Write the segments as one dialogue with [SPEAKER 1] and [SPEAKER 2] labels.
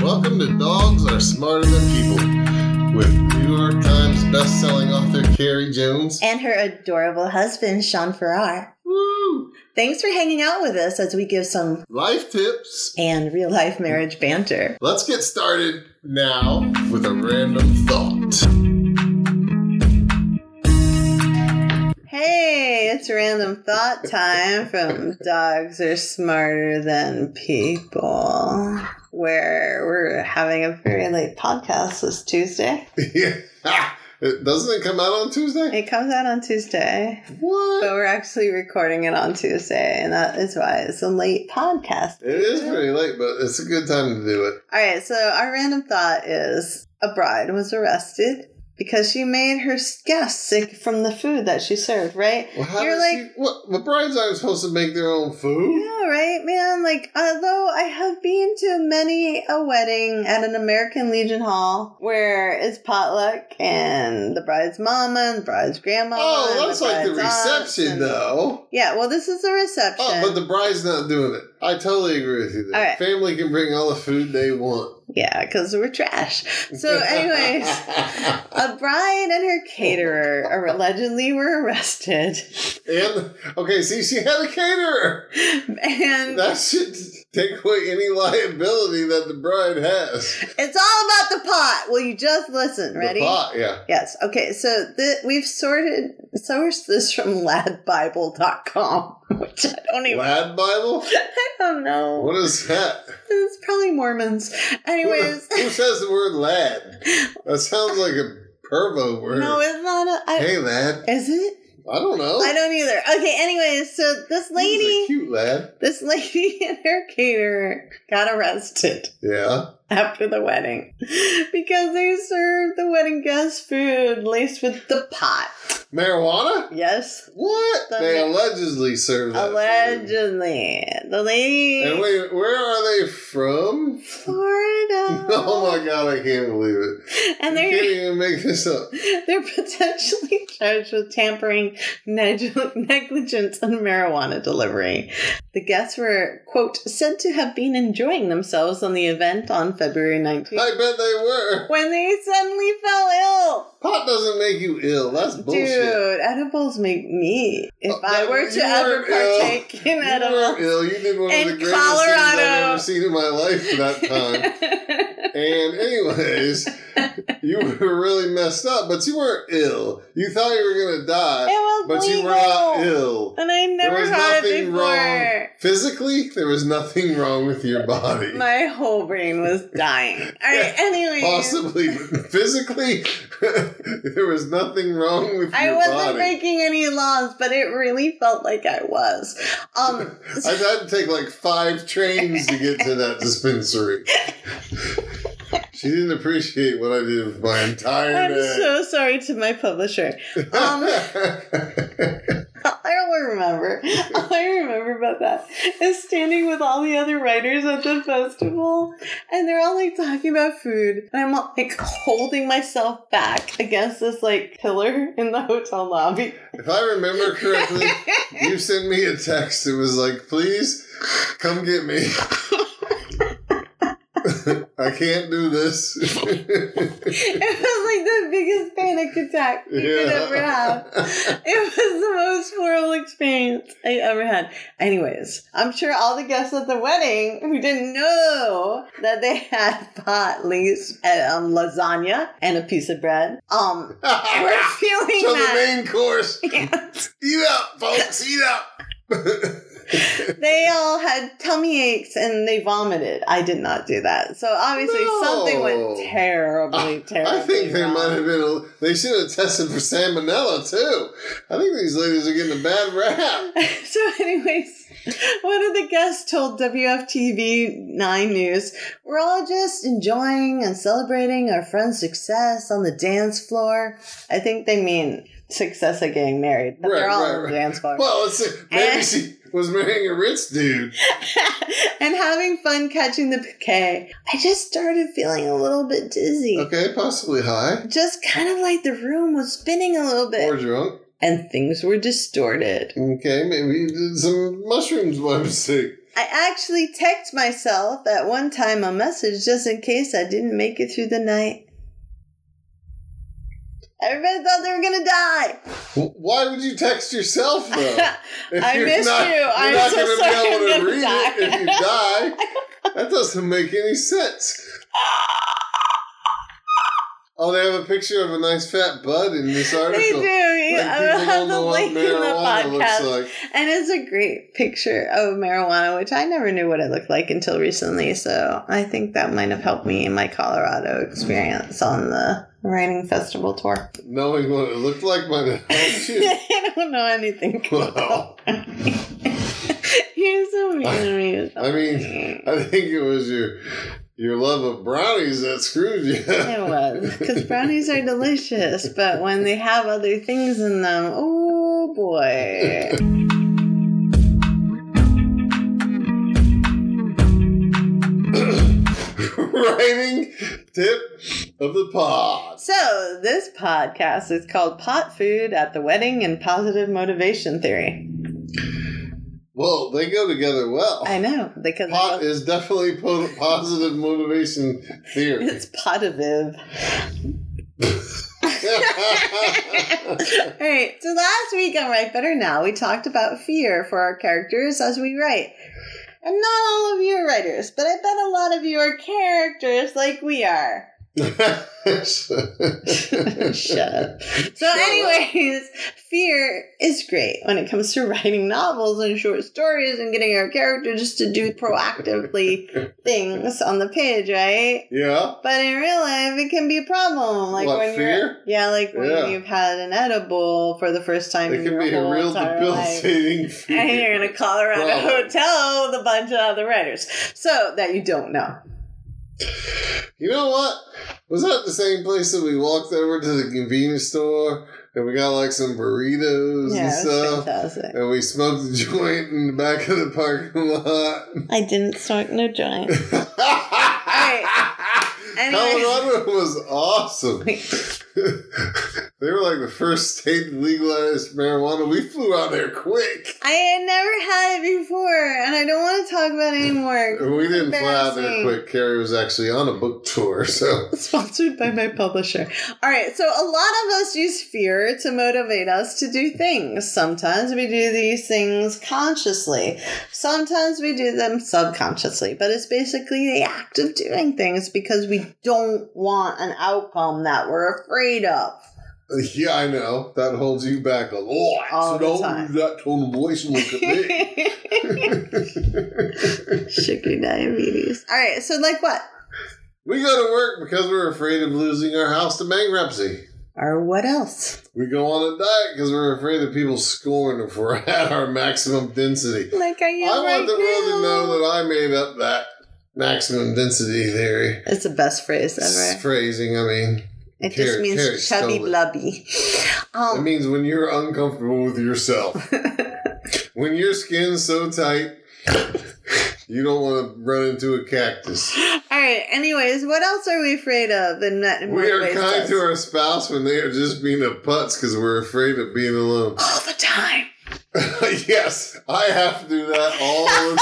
[SPEAKER 1] Welcome to Dogs Are Smarter Than People with New York Times best-selling author Carrie Jones.
[SPEAKER 2] and her adorable husband, Sean Farrar.
[SPEAKER 1] Woo!
[SPEAKER 2] Thanks for hanging out with us as we give some
[SPEAKER 1] Life tips.
[SPEAKER 2] and real life marriage banter.
[SPEAKER 1] Let's get started now with a random thought.
[SPEAKER 2] Hey, it's random thought time from Dogs Are Smarter Than People, where we're having a very late podcast this Tuesday.
[SPEAKER 1] It- Doesn't it come out on Tuesday?
[SPEAKER 2] It comes out on Tuesday, but
[SPEAKER 1] What?
[SPEAKER 2] we're actually recording it on Tuesday, and that is why it's a late podcast.
[SPEAKER 1] It is pretty late, but it's a good time to do it.
[SPEAKER 2] All right, so our random thought is a bride was arrested because she made her guests sick from the food that she served, right?
[SPEAKER 1] Well, how
[SPEAKER 2] You're
[SPEAKER 1] does
[SPEAKER 2] like-
[SPEAKER 1] she- what? The brides aren't supposed to make their own food.
[SPEAKER 2] Yeah, right, man. Like, although I have been to many a wedding at an American Legion Hall where it's potluck and the bride's mama and the bride's grandma.
[SPEAKER 1] Oh,
[SPEAKER 2] and
[SPEAKER 1] that's like the
[SPEAKER 2] bride's aunts
[SPEAKER 1] reception,
[SPEAKER 2] and-
[SPEAKER 1] though.
[SPEAKER 2] Yeah, well, this is a reception.
[SPEAKER 1] Oh, but the bride's not doing it. I totally agree with you there.
[SPEAKER 2] All right.
[SPEAKER 1] Family can bring all the food they want.
[SPEAKER 2] yeah, because we're trash. So, anyways. A bride and her caterer are allegedly were arrested,
[SPEAKER 1] and okay, see, she had a caterer.
[SPEAKER 2] and
[SPEAKER 1] That should take away any liability that the bride has.
[SPEAKER 2] it's all about the pot. Will you just listen? Ready?
[SPEAKER 1] The pot, yeah.
[SPEAKER 2] Yes. Okay. So th- we've sorted sourced this from ladbible.com, which I don't even
[SPEAKER 1] Lad Bible.
[SPEAKER 2] I don't know.
[SPEAKER 1] What is that?
[SPEAKER 2] It's probably Mormons. Anyways,
[SPEAKER 1] who says the word lad? That sounds like a pervo word.
[SPEAKER 2] no, it's not. A, I,
[SPEAKER 1] hey, lad.
[SPEAKER 2] Is it?
[SPEAKER 1] I don't know.
[SPEAKER 2] I don't either. Okay. Anyways, so this
[SPEAKER 1] He's a
[SPEAKER 2] lady,
[SPEAKER 1] cute lad.
[SPEAKER 2] this lady and her caterer got arrested.
[SPEAKER 1] Yeah.
[SPEAKER 2] after the wedding because they served the wedding guests food laced with the pot.
[SPEAKER 1] Marijuana.
[SPEAKER 2] Yes,
[SPEAKER 1] What?
[SPEAKER 2] The-
[SPEAKER 1] they allegedly serve that. food.
[SPEAKER 2] allegedly. The lady
[SPEAKER 1] And wait, where are they from?
[SPEAKER 2] Florida.
[SPEAKER 1] Oh my god, I can't believe it. you can't
[SPEAKER 2] And they're
[SPEAKER 1] even make this up.
[SPEAKER 2] they're potentially charged with tampering, neg- negligence, and marijuana delivery. The guests were, quote, said to have been enjoying themselves on the event on February 19th
[SPEAKER 1] I bet they were.
[SPEAKER 2] when they suddenly fell ill.
[SPEAKER 1] Pot doesn't make you ill. That's bullshit.
[SPEAKER 2] Dude, edibles make me. If
[SPEAKER 1] Uh,
[SPEAKER 2] I
[SPEAKER 1] but
[SPEAKER 2] were to
[SPEAKER 1] you
[SPEAKER 2] ever
[SPEAKER 1] weren't ill.
[SPEAKER 2] partake
[SPEAKER 1] you
[SPEAKER 2] in
[SPEAKER 1] were
[SPEAKER 2] edibles.
[SPEAKER 1] ill. You did one of
[SPEAKER 2] In
[SPEAKER 1] the greatest things I've
[SPEAKER 2] Colorado.
[SPEAKER 1] ever seen in my life that time. and anyways, you were really messed up, but you weren't ill. You thought you were gonna
[SPEAKER 2] it
[SPEAKER 1] die,
[SPEAKER 2] was
[SPEAKER 1] but
[SPEAKER 2] legal.
[SPEAKER 1] you were uh, not ill.
[SPEAKER 2] And I never
[SPEAKER 1] was
[SPEAKER 2] had it
[SPEAKER 1] nothing
[SPEAKER 2] before.
[SPEAKER 1] Physically, there was nothing wrong with your body.
[SPEAKER 2] My whole brain was dying. All right, anyway.
[SPEAKER 1] Possibly, but physically, there was nothing wrong with
[SPEAKER 2] I
[SPEAKER 1] your
[SPEAKER 2] wasn't
[SPEAKER 1] body.
[SPEAKER 2] breaking any laws, but it really felt like I was. Um,
[SPEAKER 1] I've had to take like five trains to get to that dispensary. she didn't appreciate what I did with my entire
[SPEAKER 2] I'm
[SPEAKER 1] day.
[SPEAKER 2] so sorry to my publisher. um, All I remember, all I remember about that is standing with all the other writers at the festival, and they're all like talking about food, and I'm like holding myself back against this like pillar in the hotel lobby.
[SPEAKER 1] if I remember correctly, you sent me a text. It was like, please come get me. I can't do this.
[SPEAKER 2] It was like the biggest panic attack you could ever have. It was the most horrible experience I ever had. Anyways, I'm sure all the guests at the wedding who didn't know that they had pot leaves and um, lasagna and a piece of bread, um, were feeling
[SPEAKER 1] So the
[SPEAKER 2] that.
[SPEAKER 1] main course. Eat up, folks. Eat up.
[SPEAKER 2] They all had tummy aches and they vomited. I did not do that. So obviously
[SPEAKER 1] No.
[SPEAKER 2] something went terribly, terribly.
[SPEAKER 1] I think there
[SPEAKER 2] wrong.
[SPEAKER 1] might have been. A, they should have tested for salmonella too. I think these ladies are getting a bad rap.
[SPEAKER 2] so, anyways, one of the guests told WFTV 9 News, We're all just enjoying and celebrating our friend's success on the dance floor. I think they mean success at getting married, but they're
[SPEAKER 1] Right,
[SPEAKER 2] all
[SPEAKER 1] right,
[SPEAKER 2] on the
[SPEAKER 1] right.
[SPEAKER 2] dance floor.
[SPEAKER 1] Well, let's see. Maybe
[SPEAKER 2] Eh.
[SPEAKER 1] she was marrying a rich dude.
[SPEAKER 2] and having fun catching the bouquet. I just started feeling a little bit dizzy.
[SPEAKER 1] Okay, possibly high
[SPEAKER 2] Just kind of like the room was spinning a little bit,
[SPEAKER 1] or drunk.
[SPEAKER 2] and things were distorted.
[SPEAKER 1] Okay, maybe you did some mushrooms by mistake.
[SPEAKER 2] I actually text myself at one time a message just in case I didn't make it through the night. Everybody thought they were gonna die.
[SPEAKER 1] Why would you text yourself though? If
[SPEAKER 2] I
[SPEAKER 1] you're
[SPEAKER 2] miss
[SPEAKER 1] not-
[SPEAKER 2] you.
[SPEAKER 1] You're
[SPEAKER 2] I'm
[SPEAKER 1] not
[SPEAKER 2] so
[SPEAKER 1] going to
[SPEAKER 2] sorry.
[SPEAKER 1] be able
[SPEAKER 2] I'm
[SPEAKER 1] to
[SPEAKER 2] gonna
[SPEAKER 1] read
[SPEAKER 2] die.
[SPEAKER 1] it if you die. that doesn't make any sense. Oh, they have a picture of a nice fat bud in this article.
[SPEAKER 2] They do. You-
[SPEAKER 1] Like,
[SPEAKER 2] I will
[SPEAKER 1] people
[SPEAKER 2] have
[SPEAKER 1] don't
[SPEAKER 2] the
[SPEAKER 1] know what
[SPEAKER 2] link in the
[SPEAKER 1] marijuana looks
[SPEAKER 2] podcast.
[SPEAKER 1] like.
[SPEAKER 2] And it's a great picture of marijuana, which I never knew what it looked like until recently. So I think that might have helped me in my Colorado experience on the writing festival tour.
[SPEAKER 1] Knowing what it looked like oh, might have helped you.
[SPEAKER 2] I don't know anything.
[SPEAKER 1] Wow.
[SPEAKER 2] You're so mean to me. You're so
[SPEAKER 1] I mean,
[SPEAKER 2] mean,
[SPEAKER 1] I think it was your your love of brownies that screwed you.
[SPEAKER 2] it was because brownies are delicious, but when they have other things in them, oh boy.
[SPEAKER 1] Writing tip of the pod.
[SPEAKER 2] So, this podcast is called Pot Food at the Wedding and Positive Motivation Theory.
[SPEAKER 1] Well, they go together well.
[SPEAKER 2] I know, because
[SPEAKER 1] Pot
[SPEAKER 2] I was-
[SPEAKER 1] is definitely po- positive motivation theory.
[SPEAKER 2] it's potative. All right, so last week on Write Better Now, we talked about fear for our characters as we write. And not all of you are writers, but I bet a lot of you are characters like we are. Shut up. So,
[SPEAKER 1] Shut up.
[SPEAKER 2] anyways, fear is great when it comes to writing novels and short stories and getting our character just to do proactively things on the page, right?
[SPEAKER 1] yeah.
[SPEAKER 2] But in real life, it can be a problem. Like
[SPEAKER 1] What,
[SPEAKER 2] when you're,
[SPEAKER 1] fear?
[SPEAKER 2] yeah, like when
[SPEAKER 1] Yeah.
[SPEAKER 2] you've had an edible for the first time
[SPEAKER 1] It
[SPEAKER 2] in
[SPEAKER 1] can
[SPEAKER 2] your
[SPEAKER 1] be a
[SPEAKER 2] whole
[SPEAKER 1] real
[SPEAKER 2] entire life
[SPEAKER 1] debilitating fear.
[SPEAKER 2] and you're in a Colorado
[SPEAKER 1] Problem.
[SPEAKER 2] hotel with a bunch of other writers. So that you don't know.
[SPEAKER 1] You know what? Was that the same place that we walked over to the convenience store and we got like some burritos
[SPEAKER 2] Yeah,
[SPEAKER 1] and
[SPEAKER 2] it's
[SPEAKER 1] stuff?
[SPEAKER 2] fantastic.
[SPEAKER 1] And we smoked a joint in the back of the parking lot.
[SPEAKER 2] I didn't smoke no joint. Anyway.
[SPEAKER 1] Colorado was awesome. they were like the first state to legalize marijuana. We flew out there quick.
[SPEAKER 2] I had never had it before, and I don't want to talk about it anymore.
[SPEAKER 1] And we didn't fly out there
[SPEAKER 2] Embarrassing.
[SPEAKER 1] quick. Carrie was actually on a book tour, so
[SPEAKER 2] Sponsored by my publisher. All right, so a lot of us use fear to motivate us to do things. Sometimes we do these things consciously, sometimes we do them subconsciously, but it's basically the act of doing things because we don't want an outcome that we're afraid of.
[SPEAKER 1] yeah, I know that holds you back a lot. so
[SPEAKER 2] All the
[SPEAKER 1] don't
[SPEAKER 2] time.
[SPEAKER 1] do that tone of voice and look at me.
[SPEAKER 2] Sugar diabetes. All right, so like what?
[SPEAKER 1] we go to work because we're afraid of losing our house to bankruptcy.
[SPEAKER 2] Or what else?
[SPEAKER 1] We go on a diet because we're afraid of people scorn if we're at our maximum density.
[SPEAKER 2] Like I am
[SPEAKER 1] I
[SPEAKER 2] right
[SPEAKER 1] want the world to
[SPEAKER 2] now.
[SPEAKER 1] know that I made up that maximum density theory.
[SPEAKER 2] It's the best phrase
[SPEAKER 1] It's
[SPEAKER 2] ever.
[SPEAKER 1] phrasing, I mean.
[SPEAKER 2] It just
[SPEAKER 1] Carrot-
[SPEAKER 2] means
[SPEAKER 1] carrot
[SPEAKER 2] chubby
[SPEAKER 1] stole it.
[SPEAKER 2] blubby.
[SPEAKER 1] It
[SPEAKER 2] Um,
[SPEAKER 1] means when you're uncomfortable with yourself. when your skin's so tight, you don't want to run into a cactus.
[SPEAKER 2] all right. Anyways, what else are we afraid of? And that
[SPEAKER 1] We are
[SPEAKER 2] motivates
[SPEAKER 1] kind
[SPEAKER 2] us?
[SPEAKER 1] to our spouse when they are just being a putz because we're afraid of being alone.
[SPEAKER 2] all the time.
[SPEAKER 1] yes, I have to do that all the time.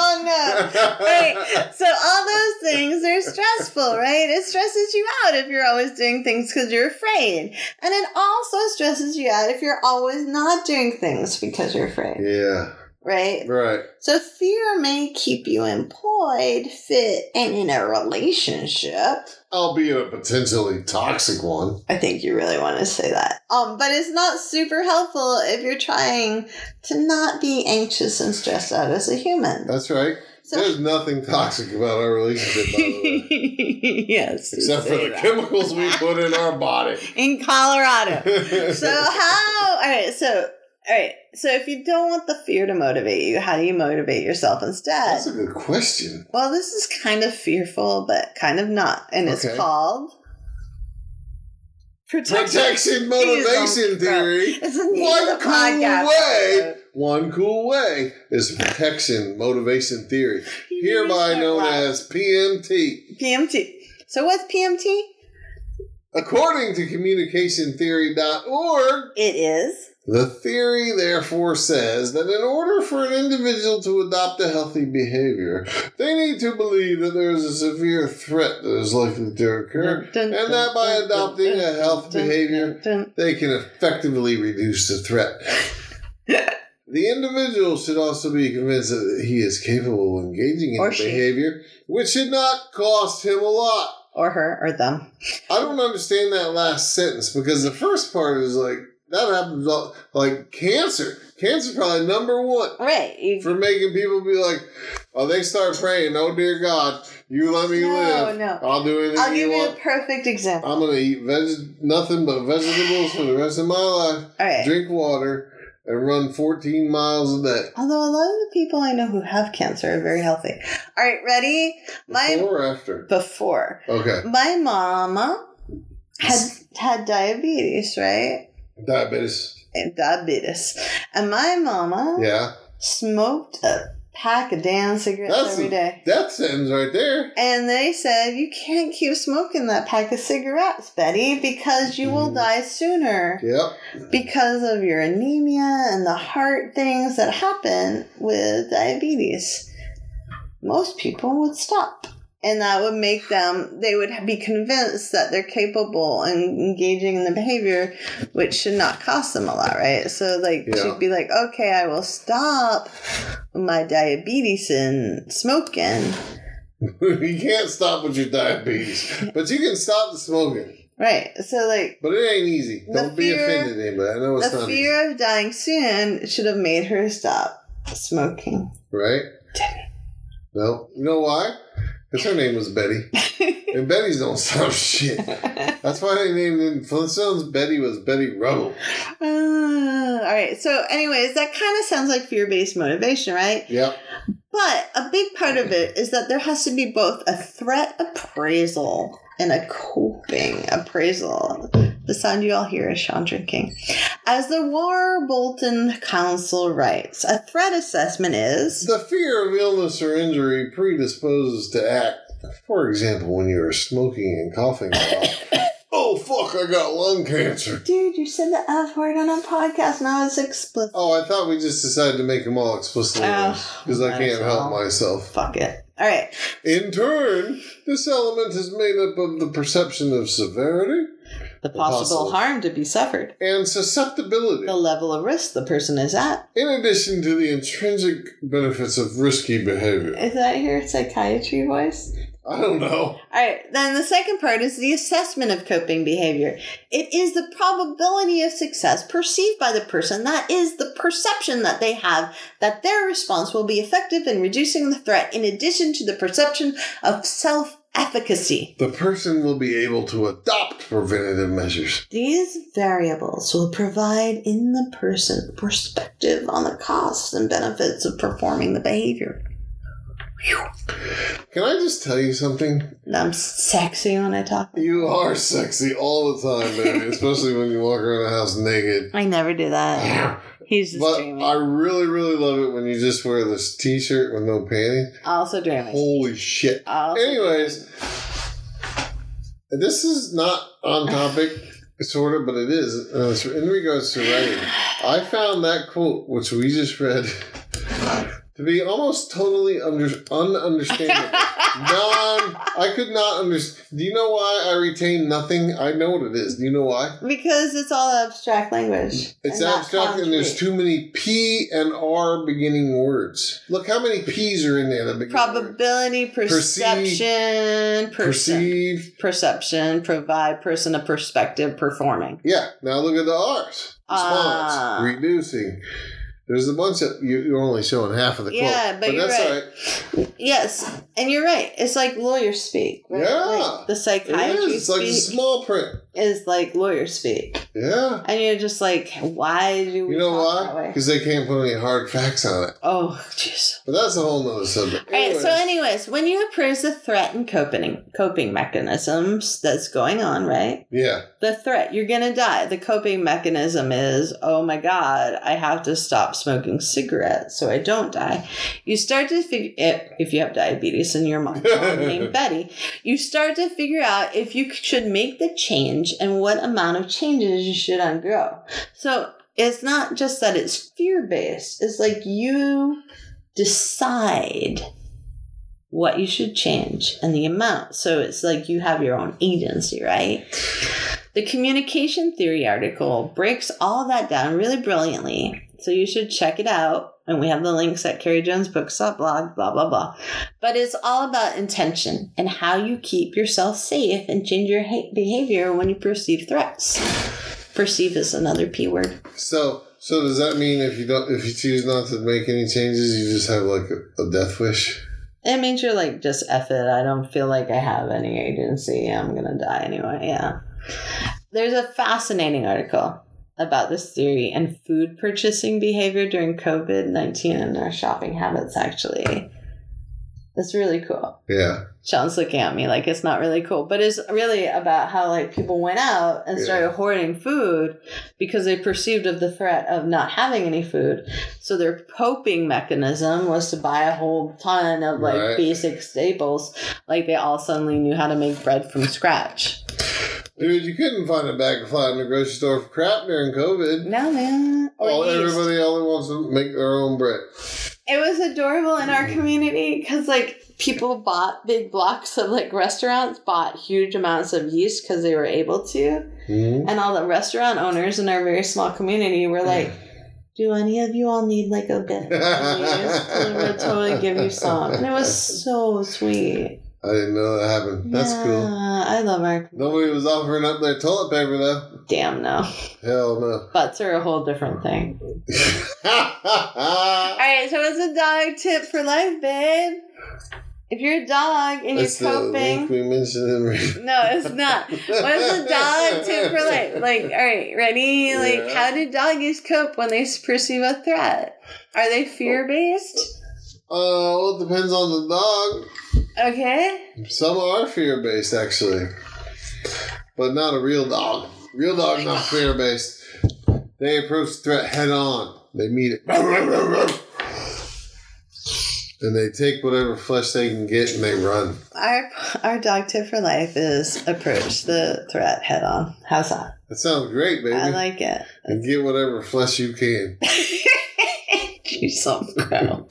[SPEAKER 2] Oh no! Right. So all those things are stressful, right? It stresses you out if you're always doing things because you're afraid, and it also stresses you out if you're always not doing things because you're afraid,
[SPEAKER 1] yeah,
[SPEAKER 2] right?
[SPEAKER 1] right.
[SPEAKER 2] So fear may keep you employed, fit, and in a relationship.
[SPEAKER 1] Albeit a potentially toxic one.
[SPEAKER 2] I think you really want to say that. Um, but it's not super helpful if you're trying to not be anxious and stressed out as a human.
[SPEAKER 1] That's right.
[SPEAKER 2] So
[SPEAKER 1] There's nothing toxic about our relationship, by the way.
[SPEAKER 2] yes, you
[SPEAKER 1] Except for
[SPEAKER 2] say
[SPEAKER 1] the
[SPEAKER 2] that.
[SPEAKER 1] chemicals we put in our body.
[SPEAKER 2] in Colorado. so how? All right. So all right. So if you don't want the fear to motivate you, how do you motivate yourself instead?
[SPEAKER 1] That's a good question.
[SPEAKER 2] Well, this is kind of fearful, but kind of not, and it's
[SPEAKER 1] Okay.
[SPEAKER 2] called
[SPEAKER 1] Protection motivation
[SPEAKER 2] Please don't
[SPEAKER 1] theory.
[SPEAKER 2] It's a
[SPEAKER 1] One
[SPEAKER 2] the
[SPEAKER 1] cool
[SPEAKER 2] podcast.
[SPEAKER 1] way. One cool way is protection motivation theory, hereby known as PMT.
[SPEAKER 2] PMT. So what's PMT?
[SPEAKER 1] According to communicationtheory.org,
[SPEAKER 2] It is
[SPEAKER 1] The theory, therefore, says that in order for an individual to adopt a healthy behavior, they need to believe that there is a severe threat that is likely to occur, and that by adopting a health behavior, they can effectively reduce the threat. The individual should also be convinced that he is capable of engaging in
[SPEAKER 2] Or
[SPEAKER 1] the
[SPEAKER 2] she.
[SPEAKER 1] behavior, which should not cost him a lot.
[SPEAKER 2] Or her or them.
[SPEAKER 1] I don't understand that last sentence because the first part is like that happens all, like cancer. Cancer probably number one
[SPEAKER 2] Right. You,
[SPEAKER 1] for making people be like, oh, they start praying, oh dear God, you let me
[SPEAKER 2] No,
[SPEAKER 1] live.
[SPEAKER 2] no.
[SPEAKER 1] I'll do anything
[SPEAKER 2] I'll
[SPEAKER 1] you
[SPEAKER 2] give you a
[SPEAKER 1] want.
[SPEAKER 2] perfect example.
[SPEAKER 1] I'm gonna eat veg- nothing but vegetables for the rest of my life.
[SPEAKER 2] All right.
[SPEAKER 1] Drink water and run 14 miles a day.
[SPEAKER 2] Although a lot of the people I know who have cancer are very healthy. All right, ready? My
[SPEAKER 1] Before or after?
[SPEAKER 2] before
[SPEAKER 1] Okay.
[SPEAKER 2] my mama had had diabetes, right?
[SPEAKER 1] Diabetes.
[SPEAKER 2] And diabetes, and my mama
[SPEAKER 1] Yeah.
[SPEAKER 2] smoked a pack of damn cigarettes
[SPEAKER 1] That's
[SPEAKER 2] every
[SPEAKER 1] a-
[SPEAKER 2] day.
[SPEAKER 1] Death sentence right there.
[SPEAKER 2] And they said, You can't keep smoking that pack of cigarettes, Betty, because you will
[SPEAKER 1] Mhm.
[SPEAKER 2] die sooner
[SPEAKER 1] Yep.
[SPEAKER 2] because of your anemia and the heart things that happen with diabetes. Most people would stop. And that would make them, they would be convinced that they're capable and engaging in the behavior, which should not cost them a lot, right? So, like,
[SPEAKER 1] Yeah.
[SPEAKER 2] she'd be like, okay, I will stop my diabetes and smoking.
[SPEAKER 1] you can't stop with your diabetes, but you can stop the smoking.
[SPEAKER 2] Right. So, like,
[SPEAKER 1] But it ain't easy.
[SPEAKER 2] The
[SPEAKER 1] Don't be
[SPEAKER 2] fear-
[SPEAKER 1] offended, anybody. I know it's
[SPEAKER 2] the
[SPEAKER 1] not
[SPEAKER 2] fear of dying soon should have made her stop smoking.
[SPEAKER 1] easy, right? No, you know why? Because her name was Betty, and Betty's don't stop shit. That's why they named in Flintstones. Betty was Betty Rubble.
[SPEAKER 2] Uh, all right. So, anyways, that kind of sounds like fear based motivation, right?
[SPEAKER 1] Yep.
[SPEAKER 2] But a big part of it is that there has to be both a threat appraisal and a coping appraisal. The sound you all hear is Sean drinking. As the War Bolton Council writes, a threat assessment is
[SPEAKER 1] The fear of illness or injury predisposes to act. For example, when you are smoking and coughing a lot. oh fuck! I got lung cancer.
[SPEAKER 2] Dude, you said the F word on a podcast. Now it's explicit.
[SPEAKER 1] Oh, I thought we just decided to make them all explicit
[SPEAKER 2] Oh,
[SPEAKER 1] because I
[SPEAKER 2] might as
[SPEAKER 1] can't help
[SPEAKER 2] well.
[SPEAKER 1] myself.
[SPEAKER 2] Fuck it. All right.
[SPEAKER 1] In turn, this element is made up of the perception of severity
[SPEAKER 2] The
[SPEAKER 1] possible
[SPEAKER 2] possible harm to be suffered,
[SPEAKER 1] and susceptibility,
[SPEAKER 2] the level of risk the person is at.
[SPEAKER 1] in addition to the intrinsic benefits of risky behavior.
[SPEAKER 2] Is that your psychiatry voice?
[SPEAKER 1] I don't know.
[SPEAKER 2] All right. Then the second part is the assessment of coping behavior. It is the probability of success perceived by the person. That is the perception that they have that their response will be effective in reducing the threat, in addition to the perception of self efficacy.
[SPEAKER 1] The person will be able to adopt preventative measures.
[SPEAKER 2] These variables will provide in the person perspective on the costs and benefits of performing the behavior.
[SPEAKER 1] Can I just tell you something?
[SPEAKER 2] And I'm sexy when I talk.
[SPEAKER 1] You are sexy all the time, baby, especially when you walk around the house naked.
[SPEAKER 2] I never do that. He's just
[SPEAKER 1] But
[SPEAKER 2] dreaming.
[SPEAKER 1] I really, really love it when you just wear this t shirt with no panties.
[SPEAKER 2] also dreaming.
[SPEAKER 1] Holy shit.
[SPEAKER 2] Also
[SPEAKER 1] Anyways, this is not on topic, sort of, but it is. Uh, so in regards to writing, I found that quote, which we just read, to be almost totally under, ununderstandable. non, I could not understand. Do you know why I retain nothing? I know what it is. Do you know why?
[SPEAKER 2] because it's all abstract language.
[SPEAKER 1] It's
[SPEAKER 2] and not
[SPEAKER 1] abstract and there's
[SPEAKER 2] concrete.
[SPEAKER 1] too many P and R beginning words. Look how many P's are in there. That begin words.
[SPEAKER 2] probability, perception, perception,
[SPEAKER 1] Perceive.
[SPEAKER 2] perception, provide person a perspective, performing.
[SPEAKER 1] Yeah. Now look at the R's. Response.
[SPEAKER 2] Ah.
[SPEAKER 1] Reducing. There's a bunch of you, you're only showing half of the
[SPEAKER 2] Yeah,
[SPEAKER 1] quote,
[SPEAKER 2] but you're
[SPEAKER 1] that's
[SPEAKER 2] right.
[SPEAKER 1] all right.
[SPEAKER 2] Yes, and you're right. It's like lawyer speak. right?
[SPEAKER 1] Yeah.
[SPEAKER 2] Like the
[SPEAKER 1] It
[SPEAKER 2] psychiatry
[SPEAKER 1] is. It's like a
[SPEAKER 2] speak
[SPEAKER 1] small print.
[SPEAKER 2] is like lawyer speak,
[SPEAKER 1] Yeah.
[SPEAKER 2] and you're just like, why do we?
[SPEAKER 1] You know
[SPEAKER 2] talk
[SPEAKER 1] why?
[SPEAKER 2] That way?
[SPEAKER 1] Because they can't put any hard facts on it.
[SPEAKER 2] Oh, jeez.
[SPEAKER 1] But that's a whole nother subject.
[SPEAKER 2] All right. So,
[SPEAKER 1] Anyways,
[SPEAKER 2] anyways, when you appraise the threat and coping coping mechanisms that's going on, right?
[SPEAKER 1] yeah.
[SPEAKER 2] The threat, you're gonna die. The coping mechanism is, oh my god, I have to stop smoking cigarettes so I don't die. You start to figure if, if you have diabetes and your mom named Betty, you start to figure out if you should make the change and what amount of changes you should undergo. So. it's not just that it's fear based, it's like you decide what you should change and the amount. So it's like you have your own agency, right? The communication theory article breaks all that down really brilliantly. So you should check it out. And we have the links at Carrie Jones blog, blah, blah, blah. But it's all about intention and how you keep yourself safe and change your ha- behavior when you perceive threats. Perceive is another P word.
[SPEAKER 1] So, so does that mean if you don't, if you choose not to make any changes, you just have like a, a death wish?
[SPEAKER 2] It means you're like, just F it. I don't feel like I have any agency. I'm going to die anyway. Yeah. There's a fascinating article about this theory and food purchasing behavior during COVID 19 and our shopping habits, actually. It's really cool.
[SPEAKER 1] Yeah.
[SPEAKER 2] Sean's looking at me like it's not really cool, but it's really about how like people went out and started
[SPEAKER 1] Yeah.
[SPEAKER 2] hoarding food because they perceived of the threat of not having any food. So their coping mechanism was to buy a whole ton of like
[SPEAKER 1] Right.
[SPEAKER 2] basic staples. Like they all suddenly knew how to make bread from scratch.
[SPEAKER 1] Dude, you couldn't find a bag of flour in the grocery store for crap during COVID.
[SPEAKER 2] No man. Or
[SPEAKER 1] All
[SPEAKER 2] yeast.
[SPEAKER 1] everybody only wants to make their own bread.
[SPEAKER 2] It was adorable in
[SPEAKER 1] Mm-hmm.
[SPEAKER 2] our community because like people bought big blocks of like restaurants bought huge amounts of yeast because they were able to.
[SPEAKER 1] Hmm?
[SPEAKER 2] and all the restaurant owners in our very small community were like, "Do any of you all need like a bit?" And we would totally give you some, and it was so sweet.
[SPEAKER 1] I didn't know that happened. That's
[SPEAKER 2] Yeah,
[SPEAKER 1] cool.
[SPEAKER 2] I love our
[SPEAKER 1] Nobody was offering up their toilet paper though.
[SPEAKER 2] damn no
[SPEAKER 1] Hell no.
[SPEAKER 2] butts are a whole different thing. All right, so what's a dog tip for life, babe? If you're a dog and
[SPEAKER 1] That's
[SPEAKER 2] you're
[SPEAKER 1] the link
[SPEAKER 2] coping,
[SPEAKER 1] we mentioned in re-
[SPEAKER 2] no, it's not. What's a dog tip for life? Like, all right, ready? Like,
[SPEAKER 1] Yeah.
[SPEAKER 2] how do doggies cope when they perceive a threat? Are they fear based?
[SPEAKER 1] Uh, well, it depends on the dog.
[SPEAKER 2] Okay.
[SPEAKER 1] Some are fear based, actually, but not a real dog. Real dog's not fear based. They approach the threat head on. They meet it, and they take whatever flesh they can get, and they run.
[SPEAKER 2] Our our dog tip for life is approach the threat head on. How's that?
[SPEAKER 1] That sounds great, baby.
[SPEAKER 2] I like it.
[SPEAKER 1] and get whatever flesh you can.
[SPEAKER 2] Do something. Girl.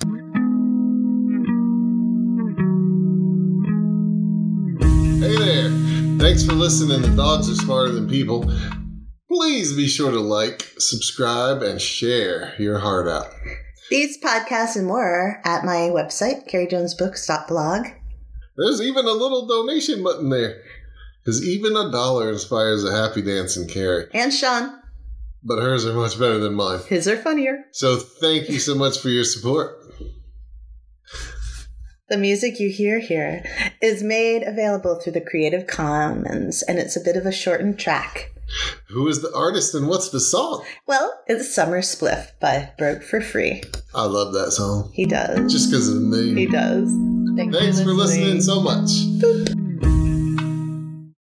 [SPEAKER 1] Hey there! Thanks for listening to Dogs Are Smarter Than People. Please be sure to like, subscribe, and share your heart out.
[SPEAKER 2] These podcasts and more are at my website, carriejonesbooks.blog.
[SPEAKER 1] There's even a little donation button there. Because even a dollar inspires a happy dance in Carrie.
[SPEAKER 2] And Sean,
[SPEAKER 1] But hers are much better than mine.
[SPEAKER 2] his are funnier.
[SPEAKER 1] So thank you so much for your support.
[SPEAKER 2] The music you hear here is made available through the Creative Commons, and it's a bit of a shortened track.
[SPEAKER 1] Who is the artist and what's the song?
[SPEAKER 2] Well, it's Summer Spliff by Broke for Free.
[SPEAKER 1] I love that song.
[SPEAKER 2] He does.
[SPEAKER 1] Just because of the
[SPEAKER 2] He
[SPEAKER 1] name.
[SPEAKER 2] does.
[SPEAKER 1] Thanks for listening so much.